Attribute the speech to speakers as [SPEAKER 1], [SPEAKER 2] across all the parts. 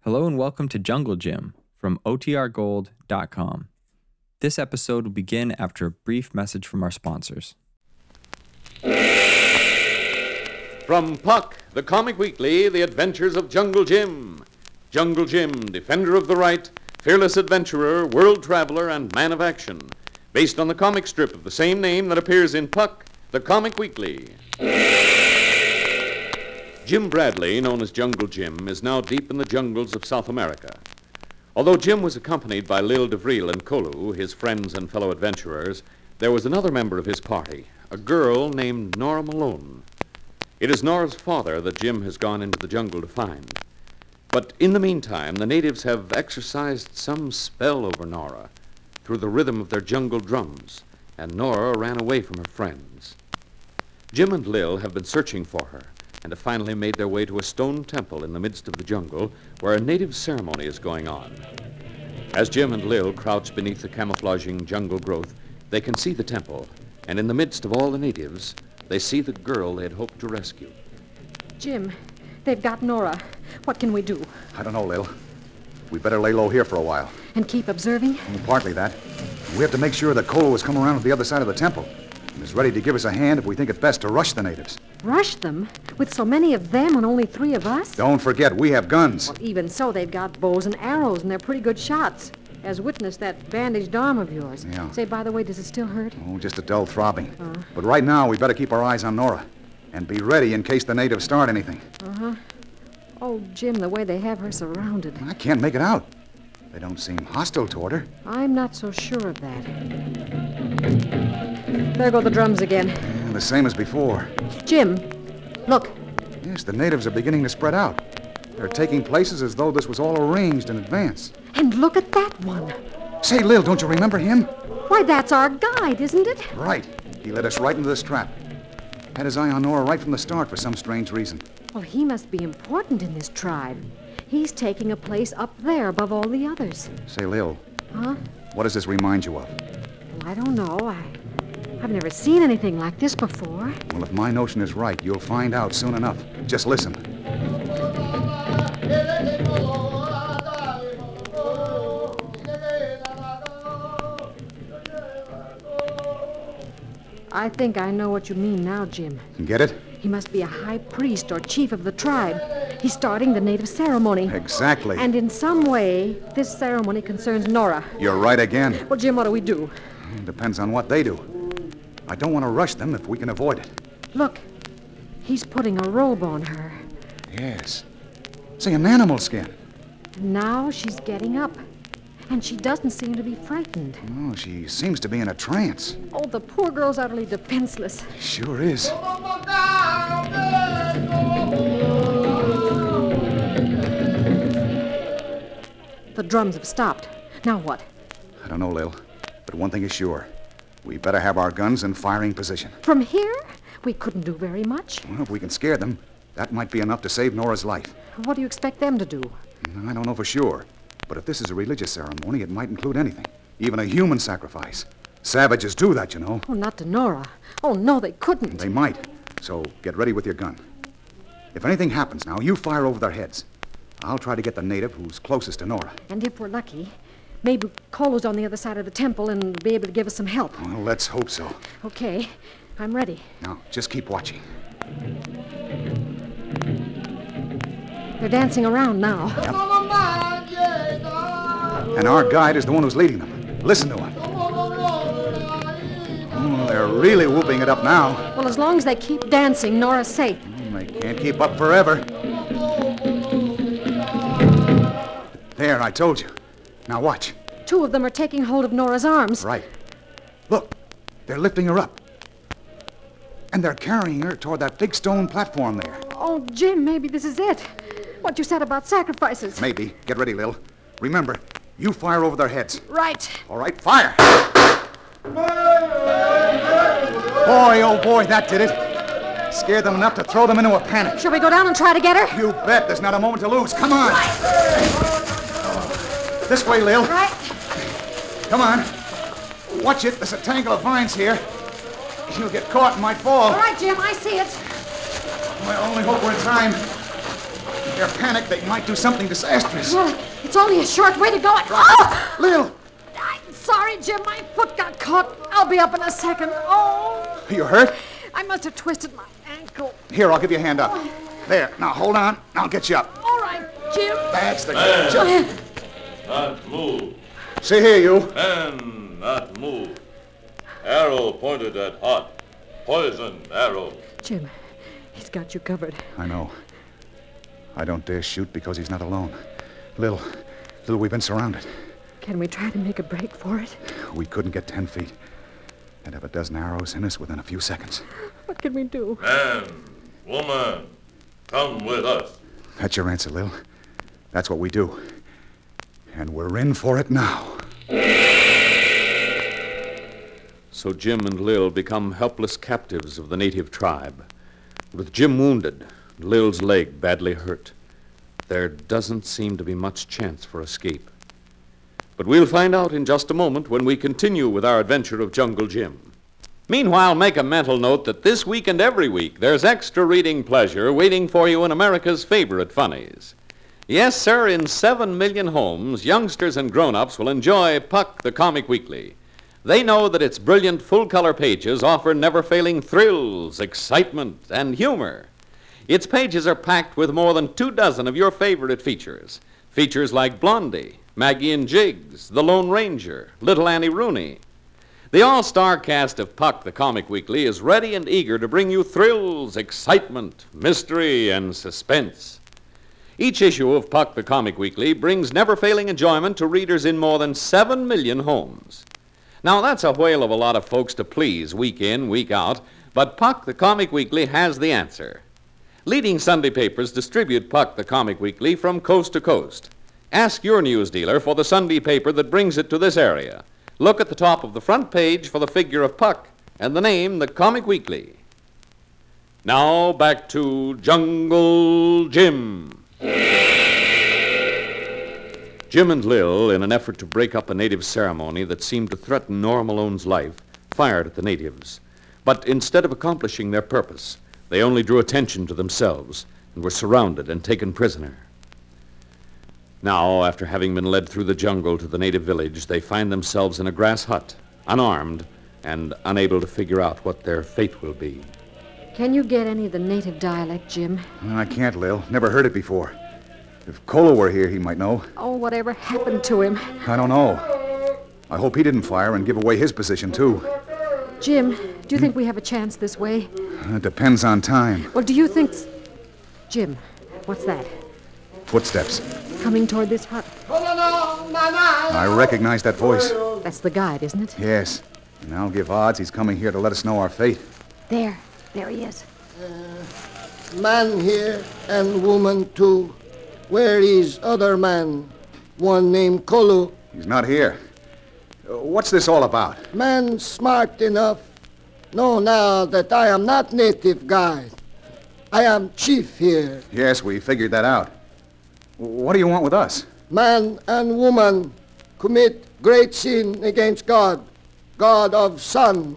[SPEAKER 1] Hello and welcome to Jungle Gym from OTRGold.com. This episode will begin after a brief message from our sponsors.
[SPEAKER 2] From Puck, the comic weekly, the adventures of Jungle Jim. Jungle Jim, defender of the right, fearless adventurer, world traveler, and man of action. Based on the comic strip of the same name that appears in Puck, the comic weekly. Jim Bradley, known as Jungle Jim, is now deep in the jungles of South America. Although Jim was accompanied by Lil DeVril and Kolu, his friends and fellow adventurers, there was another member of his party, a girl named Nora Malone. It is Nora's father that Jim has gone into the jungle to find. But in the meantime, the natives have exercised some spell over Nora through the rhythm of their jungle drums, and Nora ran away from her friends. Jim and Lil have been searching for her and have finally made their way to a stone temple in the midst of the jungle where a native ceremony is going on. As Jim and Lil crouch beneath the camouflaging jungle growth, they can see the temple, and in the midst of all the natives, they see the girl they had hoped to rescue.
[SPEAKER 3] Jim, they've got Nora. What can we do?
[SPEAKER 4] I don't know, Lil. We better lay low here for a while.
[SPEAKER 3] And keep observing?
[SPEAKER 4] Well, partly that. We have to make sure that Kolo has come around to the other side of the temple and is ready to give us a hand if we think it best to rush the natives.
[SPEAKER 3] Rush them? With so many of them and only three of us?
[SPEAKER 4] Don't forget, we have guns.
[SPEAKER 3] Well, even so, they've got bows and arrows, and they're pretty good shots. As witness that bandaged arm of yours.
[SPEAKER 4] Yeah.
[SPEAKER 3] Say, by the way, does it still hurt?
[SPEAKER 4] Oh, just a dull throbbing. But right now, we better keep our eyes on Nora and be ready in case the natives start anything.
[SPEAKER 3] Oh, Jim, the way they have her surrounded.
[SPEAKER 4] I can't make it out. They don't seem hostile toward her.
[SPEAKER 3] I'm not so sure of that. There go the drums again.
[SPEAKER 4] And the same as before.
[SPEAKER 3] Jim, look.
[SPEAKER 4] Yes, the natives are beginning to spread out. They're taking places as though this was all arranged in advance.
[SPEAKER 3] And look at that one.
[SPEAKER 4] Say, Lil, don't you remember him?
[SPEAKER 3] Why, that's our guide, isn't it?
[SPEAKER 4] Right. He led us right into this trap. Had his eye on Nora right from the start for some strange reason.
[SPEAKER 3] Well, he must be important in this tribe. He's taking a place up there above all the others.
[SPEAKER 4] Say, Lil,
[SPEAKER 3] Huh?
[SPEAKER 4] what does this remind you of?
[SPEAKER 3] Well, I don't know. I, I've never seen anything like this before.
[SPEAKER 4] Well, if my notion is right, you'll find out soon enough. Just listen.
[SPEAKER 3] I think I know what you mean now, Jim.
[SPEAKER 4] Get it?
[SPEAKER 3] He must be a high priest or chief of the tribe. He's starting the native ceremony.
[SPEAKER 4] Exactly.
[SPEAKER 3] And in some way, this ceremony concerns Nora.
[SPEAKER 4] You're right again.
[SPEAKER 3] Well, Jim, what do we do?
[SPEAKER 4] Depends on what they do. I don't want to rush them if we can avoid it.
[SPEAKER 3] Look, he's putting a robe on her.
[SPEAKER 4] Yes. Say, an animal skin.
[SPEAKER 3] Now she's getting up. And she doesn't seem to be frightened.
[SPEAKER 4] Oh, she seems to be in a trance.
[SPEAKER 3] Oh, the poor girl's utterly defenseless.
[SPEAKER 4] Sure is.
[SPEAKER 3] The drums have stopped. Now what?
[SPEAKER 4] I don't know, Lil, but one thing is sure. We better have our guns in firing position.
[SPEAKER 3] From here? We couldn't do very much.
[SPEAKER 4] Well, if we can scare them, that might be enough to save Nora's life.
[SPEAKER 3] What do you expect them to do?
[SPEAKER 4] I don't know for sure, but if this is a religious ceremony, it might include anything, even a human sacrifice. Savages do that, you know.
[SPEAKER 3] Oh, not to Nora. Oh, no, they couldn't.
[SPEAKER 4] They might. So get ready with your gun. If anything happens now, you fire over their heads. I'll try to get the native who's closest to Nora.
[SPEAKER 3] And if we're lucky, maybe Kolo's on the other side of the temple and be able to give us some help.
[SPEAKER 4] Well, let's hope so.
[SPEAKER 3] Okay, I'm ready.
[SPEAKER 4] Now, just keep watching.
[SPEAKER 3] They're dancing around now.
[SPEAKER 4] And our guide is the one who's leading them. Listen to him. Oh, they're really whooping it up now.
[SPEAKER 3] Well, as long as they keep dancing, Nora's safe.
[SPEAKER 4] They can't keep up forever. There, I told you. Now watch.
[SPEAKER 3] Two of them are taking hold of Nora's arms.
[SPEAKER 4] Right. Look, they're lifting her up. And they're carrying her toward that big stone platform there.
[SPEAKER 3] Oh, Jim, maybe this is it. What you said about sacrifices.
[SPEAKER 4] Maybe. Get ready, Lil. Remember, you fire over their heads.
[SPEAKER 3] Right.
[SPEAKER 4] All right, fire! Boy, oh boy, that did it. Scared them enough to throw them into a panic.
[SPEAKER 3] Shall we go down and try to get her?
[SPEAKER 4] You bet. There's not a moment to lose. Come on. This way, Lil.
[SPEAKER 3] Right.
[SPEAKER 4] Come on. Watch it. There's a tangle of vines here. You'll get caught and might fall.
[SPEAKER 3] All right, Jim, I see it.
[SPEAKER 4] I only hope we're in time. They're panicked. They might do something disastrous.
[SPEAKER 3] Well, it's only a short way to go. Oh!
[SPEAKER 4] Lil,
[SPEAKER 3] I'm sorry, Jim. My foot got caught. I'll be up in a second. Oh!
[SPEAKER 4] you hurt?
[SPEAKER 3] I must have twisted my ankle.
[SPEAKER 4] Here, I'll give you a hand up. There. Now hold on. I'll get you up.
[SPEAKER 3] All right, Jim.
[SPEAKER 4] That's the good. Just-
[SPEAKER 5] Not move.
[SPEAKER 4] See here, you.
[SPEAKER 5] Man, not move. Arrow pointed at hot. Poison arrow.
[SPEAKER 3] Jim, he's got you covered.
[SPEAKER 4] I know. I don't dare shoot because he's not alone. Lil, Lil, we've been surrounded.
[SPEAKER 3] Can we try to make a break for it?
[SPEAKER 4] We couldn't get ten feet. They'd have a dozen arrows in us within a few seconds.
[SPEAKER 3] What can we do?
[SPEAKER 5] Man, woman, come with us.
[SPEAKER 4] That's your answer, Lil. That's what we do. And we're in for it now.
[SPEAKER 2] So Jim and Lil become helpless captives of the native tribe. With Jim wounded, Lil's leg badly hurt, there doesn't seem to be much chance for escape. But we'll find out in just a moment when we continue with our adventure of Jungle Jim. Meanwhile, make a mental note that this week and every week there's extra reading pleasure waiting for you in America's favorite funnies. Yes, sir, in seven million homes, youngsters and grown ups will enjoy Puck the Comic Weekly. They know that its brilliant full color pages offer never failing thrills, excitement, and humor. Its pages are packed with more than two dozen of your favorite features. Features like Blondie, Maggie and Jiggs, The Lone Ranger, Little Annie Rooney. The all star cast of Puck the Comic Weekly is ready and eager to bring you thrills, excitement, mystery, and suspense. Each issue of Puck the Comic Weekly brings never failing enjoyment to readers in more than 7 million homes. Now, that's a whale of a lot of folks to please week in, week out, but Puck the Comic Weekly has the answer. Leading Sunday papers distribute Puck the Comic Weekly from coast to coast. Ask your news dealer for the Sunday paper that brings it to this area. Look at the top of the front page for the figure of Puck and the name, The Comic Weekly. Now back to Jungle Jim. Jim and Lil, in an effort to break up a native ceremony that seemed to threaten Norm Malone's life, fired at the natives. But instead of accomplishing their purpose, they only drew attention to themselves and were surrounded and taken prisoner. Now, after having been led through the jungle to the native village, they find themselves in a grass hut, unarmed and unable to figure out what their fate will be.
[SPEAKER 3] Can you get any of the native dialect, Jim?
[SPEAKER 4] Well, I can't, Lil. Never heard it before. If Cola were here, he might know.
[SPEAKER 3] Oh, whatever happened to him?
[SPEAKER 4] I don't know. I hope he didn't fire and give away his position, too.
[SPEAKER 3] Jim, do you think we have a chance this way?
[SPEAKER 4] It depends on time.
[SPEAKER 3] Well, do you think. s- Jim, what's that?
[SPEAKER 4] Footsteps.
[SPEAKER 3] Coming toward this hut.
[SPEAKER 4] I recognize that voice.
[SPEAKER 3] That's the guide, isn't it?
[SPEAKER 4] Yes. And I'll give odds he's coming here to let us know our fate.
[SPEAKER 3] There. There he is.
[SPEAKER 6] Man here and woman too. Where is other man? One named Kolu.
[SPEAKER 4] He's not here. Uh, What's this all about?
[SPEAKER 6] Man smart enough. Know now that I am not native guide. I am chief here.
[SPEAKER 4] Yes, we figured that out. W- What do you want with us?
[SPEAKER 6] Man and woman commit great sin against God, God of sun.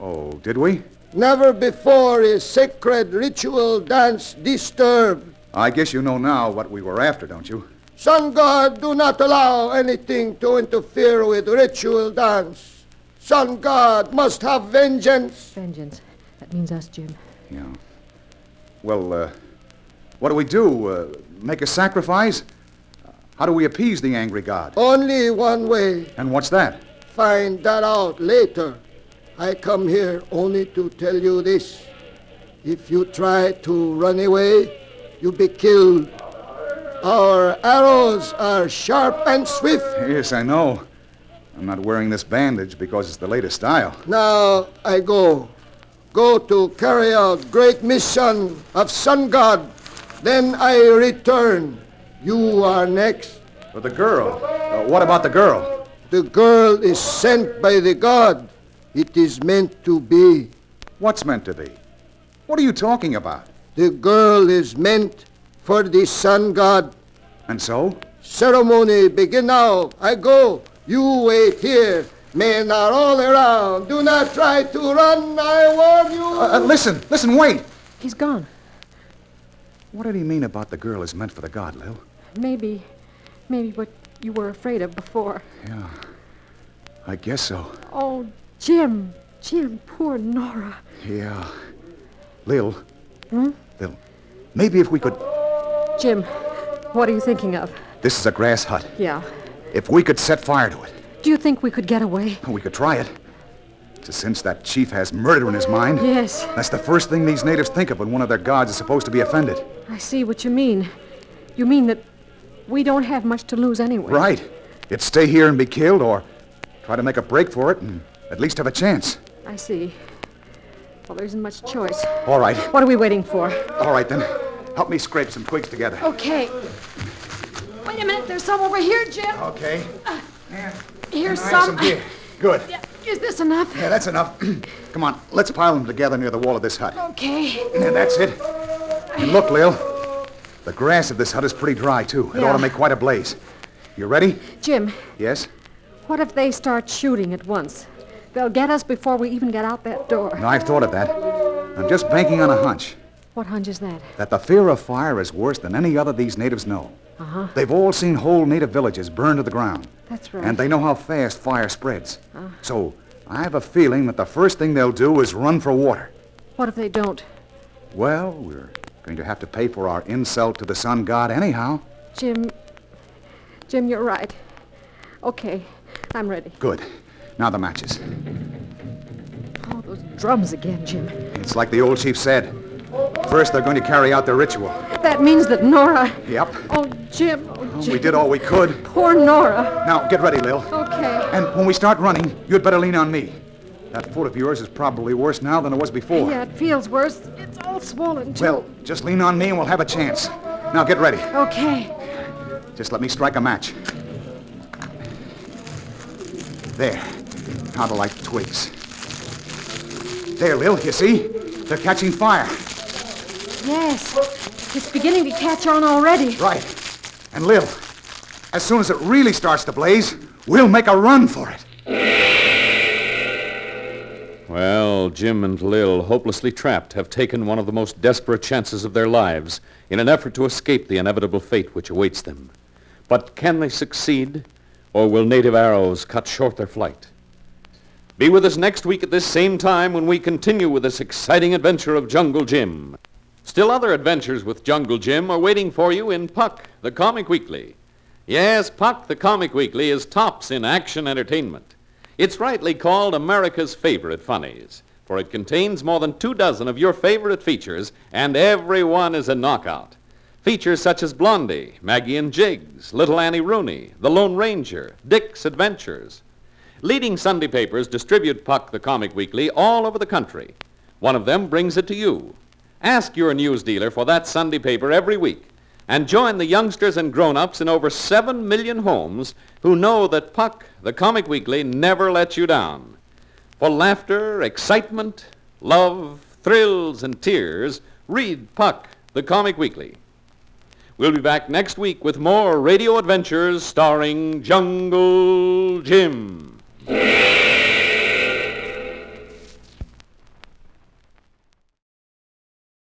[SPEAKER 4] Oh, did we?
[SPEAKER 6] Never before is sacred ritual dance disturbed.
[SPEAKER 4] I guess you know now what we were after, don't you?
[SPEAKER 6] Sun God do not allow anything to interfere with ritual dance. Sun God must have vengeance.
[SPEAKER 3] Vengeance. That means us, Jim.
[SPEAKER 4] Yeah. Well, uh, what do we do? Uh, make a sacrifice? How do we appease the angry god?
[SPEAKER 6] Only one way.
[SPEAKER 4] And what's that?
[SPEAKER 6] Find that out later. I come here only to tell you this. If you try to run away, you'll be killed. Our arrows are sharp and swift.
[SPEAKER 4] Yes, I know. I'm not wearing this bandage because it's the latest style.
[SPEAKER 6] Now I go. Go to carry out great mission of sun god. Then I return. You are next.
[SPEAKER 4] But the girl. Uh, what about the girl?
[SPEAKER 6] The girl is sent by the god. It is meant to be.
[SPEAKER 4] What's meant to be? What are you talking about?
[SPEAKER 6] The girl is meant for the sun god.
[SPEAKER 4] And so?
[SPEAKER 6] Ceremony begin now. I go. You wait here. Men are all around. Do not try to run. I warn you.
[SPEAKER 4] Uh, uh, listen, listen, wait.
[SPEAKER 3] He's gone.
[SPEAKER 4] What did he mean about the girl is meant for the god, Lil?
[SPEAKER 3] Maybe, maybe what you were afraid of before.
[SPEAKER 4] Yeah. I guess so.
[SPEAKER 3] Oh, Jim, Jim, poor Nora.
[SPEAKER 4] Yeah. Lil. Hmm? Lil. Maybe if we could.
[SPEAKER 3] Jim, what are you thinking of?
[SPEAKER 4] This is a grass hut.
[SPEAKER 3] Yeah.
[SPEAKER 4] If we could set fire to it,
[SPEAKER 3] Do you think we could get away?
[SPEAKER 4] we could try it. So since that chief has murder in his mind,
[SPEAKER 3] Yes,
[SPEAKER 4] that's the first thing these natives think of when one of their gods is supposed to be offended.
[SPEAKER 3] I see what you mean. You mean that we don't have much to lose anyway.
[SPEAKER 4] Right. It's stay here and be killed, or try to make a break for it and at least have a chance.
[SPEAKER 3] I see. Well, there isn't much choice.
[SPEAKER 4] All right.
[SPEAKER 3] What are we waiting for?
[SPEAKER 4] All right, then. Help me scrape some twigs together.
[SPEAKER 3] Okay. Wait a minute, there's some over here, Jim.
[SPEAKER 4] Okay.
[SPEAKER 3] Here's
[SPEAKER 4] Uh, I have some here. Good.
[SPEAKER 3] Is this enough?
[SPEAKER 4] Yeah, that's enough. Come on, let's pile them together near the wall of this hut.
[SPEAKER 3] Okay.
[SPEAKER 4] And that's it. And look, Lil, the grass of this hut is pretty dry, too. It ought
[SPEAKER 3] Yeah.
[SPEAKER 4] to make quite a blaze. You ready?
[SPEAKER 3] Jim,
[SPEAKER 4] Yes?
[SPEAKER 3] what if they start shooting at once? They'll get us before we even get out that door.
[SPEAKER 4] Now, I've thought of that. I'm just banking on a hunch
[SPEAKER 3] What hunch is that?
[SPEAKER 4] that the fear of fire is worse than any other these natives know. Uh-huh. They've all seen whole native villages burned to the ground.
[SPEAKER 3] That's right. Uh.
[SPEAKER 4] And they know how fast fire spreads. So I have a feeling that the first thing they'll do is run for water.
[SPEAKER 3] What if they don't?
[SPEAKER 4] Well, we're going to have to pay for our insult to the sun god anyhow.
[SPEAKER 3] Jim, Jim, you're right. Okay, I'm ready.
[SPEAKER 4] Good. Now the matches.
[SPEAKER 3] Oh, those drums again, Jim.
[SPEAKER 4] It's like the old chief said. First, they're going to carry out their ritual.
[SPEAKER 3] That means that Nora.
[SPEAKER 4] Yep.
[SPEAKER 3] Oh, Jim. Oh, Jim.
[SPEAKER 4] We did all we could.
[SPEAKER 3] Poor Nora.
[SPEAKER 4] Now, get ready, Lil.
[SPEAKER 3] Okay.
[SPEAKER 4] And when we start running, you'd better lean on me. That foot of yours is probably worse now than it was before.
[SPEAKER 3] Yeah, it feels worse. It's all swollen, too.
[SPEAKER 4] Oh. Well, just lean on me and we'll have a chance. Now, get ready.
[SPEAKER 3] Okay.
[SPEAKER 4] Just let me strike a match. There. How to like twigs. There, Lil, you see? They're catching fire.
[SPEAKER 3] Yes. It's beginning to catch on already.
[SPEAKER 4] Right. And Lil, as soon as it really starts to blaze, we'll make a run for it.
[SPEAKER 2] Well, Jim and Lil, hopelessly trapped, have taken one of the most desperate chances of their lives in an effort to escape the inevitable fate which awaits them. But can they succeed, or will native arrows cut short their flight? Be with us next week at this same time when we continue with this exciting adventure of Jungle Jim. Still other adventures with Jungle Jim are waiting for you in Puck, the Comic Weekly. Yes, Puck, the Comic Weekly is tops in action entertainment. It's rightly called America's favorite funnies, for it contains more than two dozen of your favorite features, and every one is a knockout. Features such as Blondie, Maggie and Jiggs, Little Annie Rooney, The Lone Ranger, Dick's Adventures. Leading Sunday papers distribute Puck the Comic Weekly all over the country. One of them brings it to you. Ask your news dealer for that Sunday paper every week and join the youngsters and grown-ups in over 7 million homes who know that Puck the Comic Weekly never lets you down. For laughter, excitement, love, thrills, and tears, read Puck the Comic Weekly. We'll be back next week with more radio adventures starring Jungle Jim.